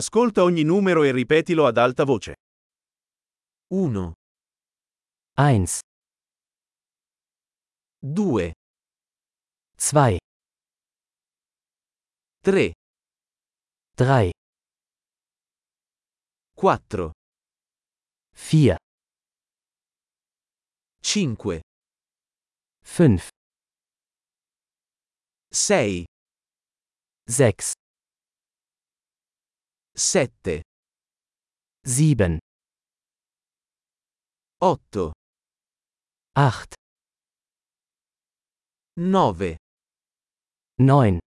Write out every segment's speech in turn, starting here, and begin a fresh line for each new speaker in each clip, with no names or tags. Ascolta ogni numero e ripetilo ad alta voce.
1,
1,
2,
2,
3,
3,
4,
4,
5,
5,
6,
6,
7,
7,
8,
8,
9,
9,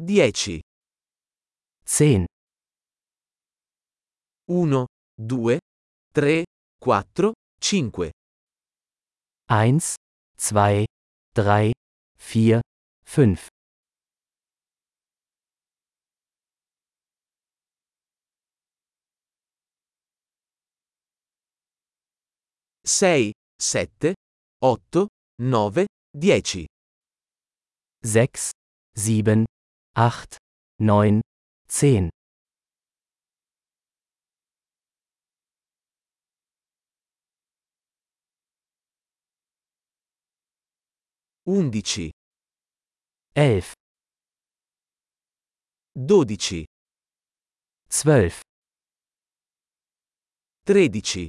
10,
10,
1, 2, 3, 4, 5,
1, 2, 3, 4, 5,
6, 7, 8, 9, 10,
6, 7, 8, 9, 10,
11,
11,
12,
12,
13,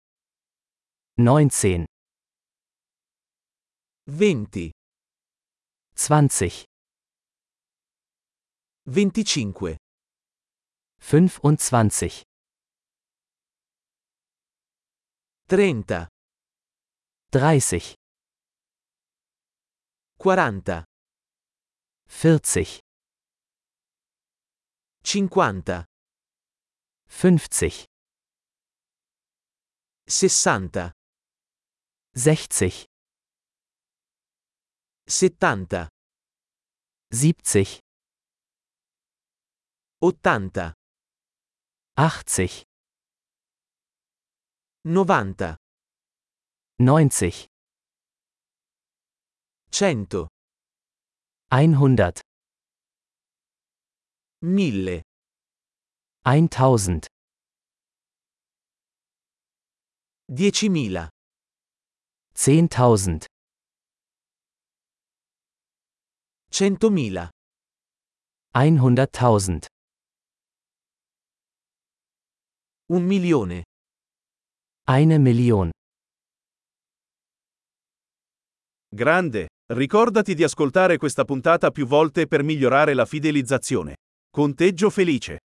19,
20,
20,
25,
25,
30,
30,
40,
40,
50,
50,
60,
60,
70,
70,
80,
80,
90,
90,
100,
100,
1000,
1000,
10.000,
10.000,
100.000,
100.000,
1 milione,
1 Million.
Grande, ricordati di ascoltare questa puntata più volte per migliorare la fidelizzazione. Conteggio felice.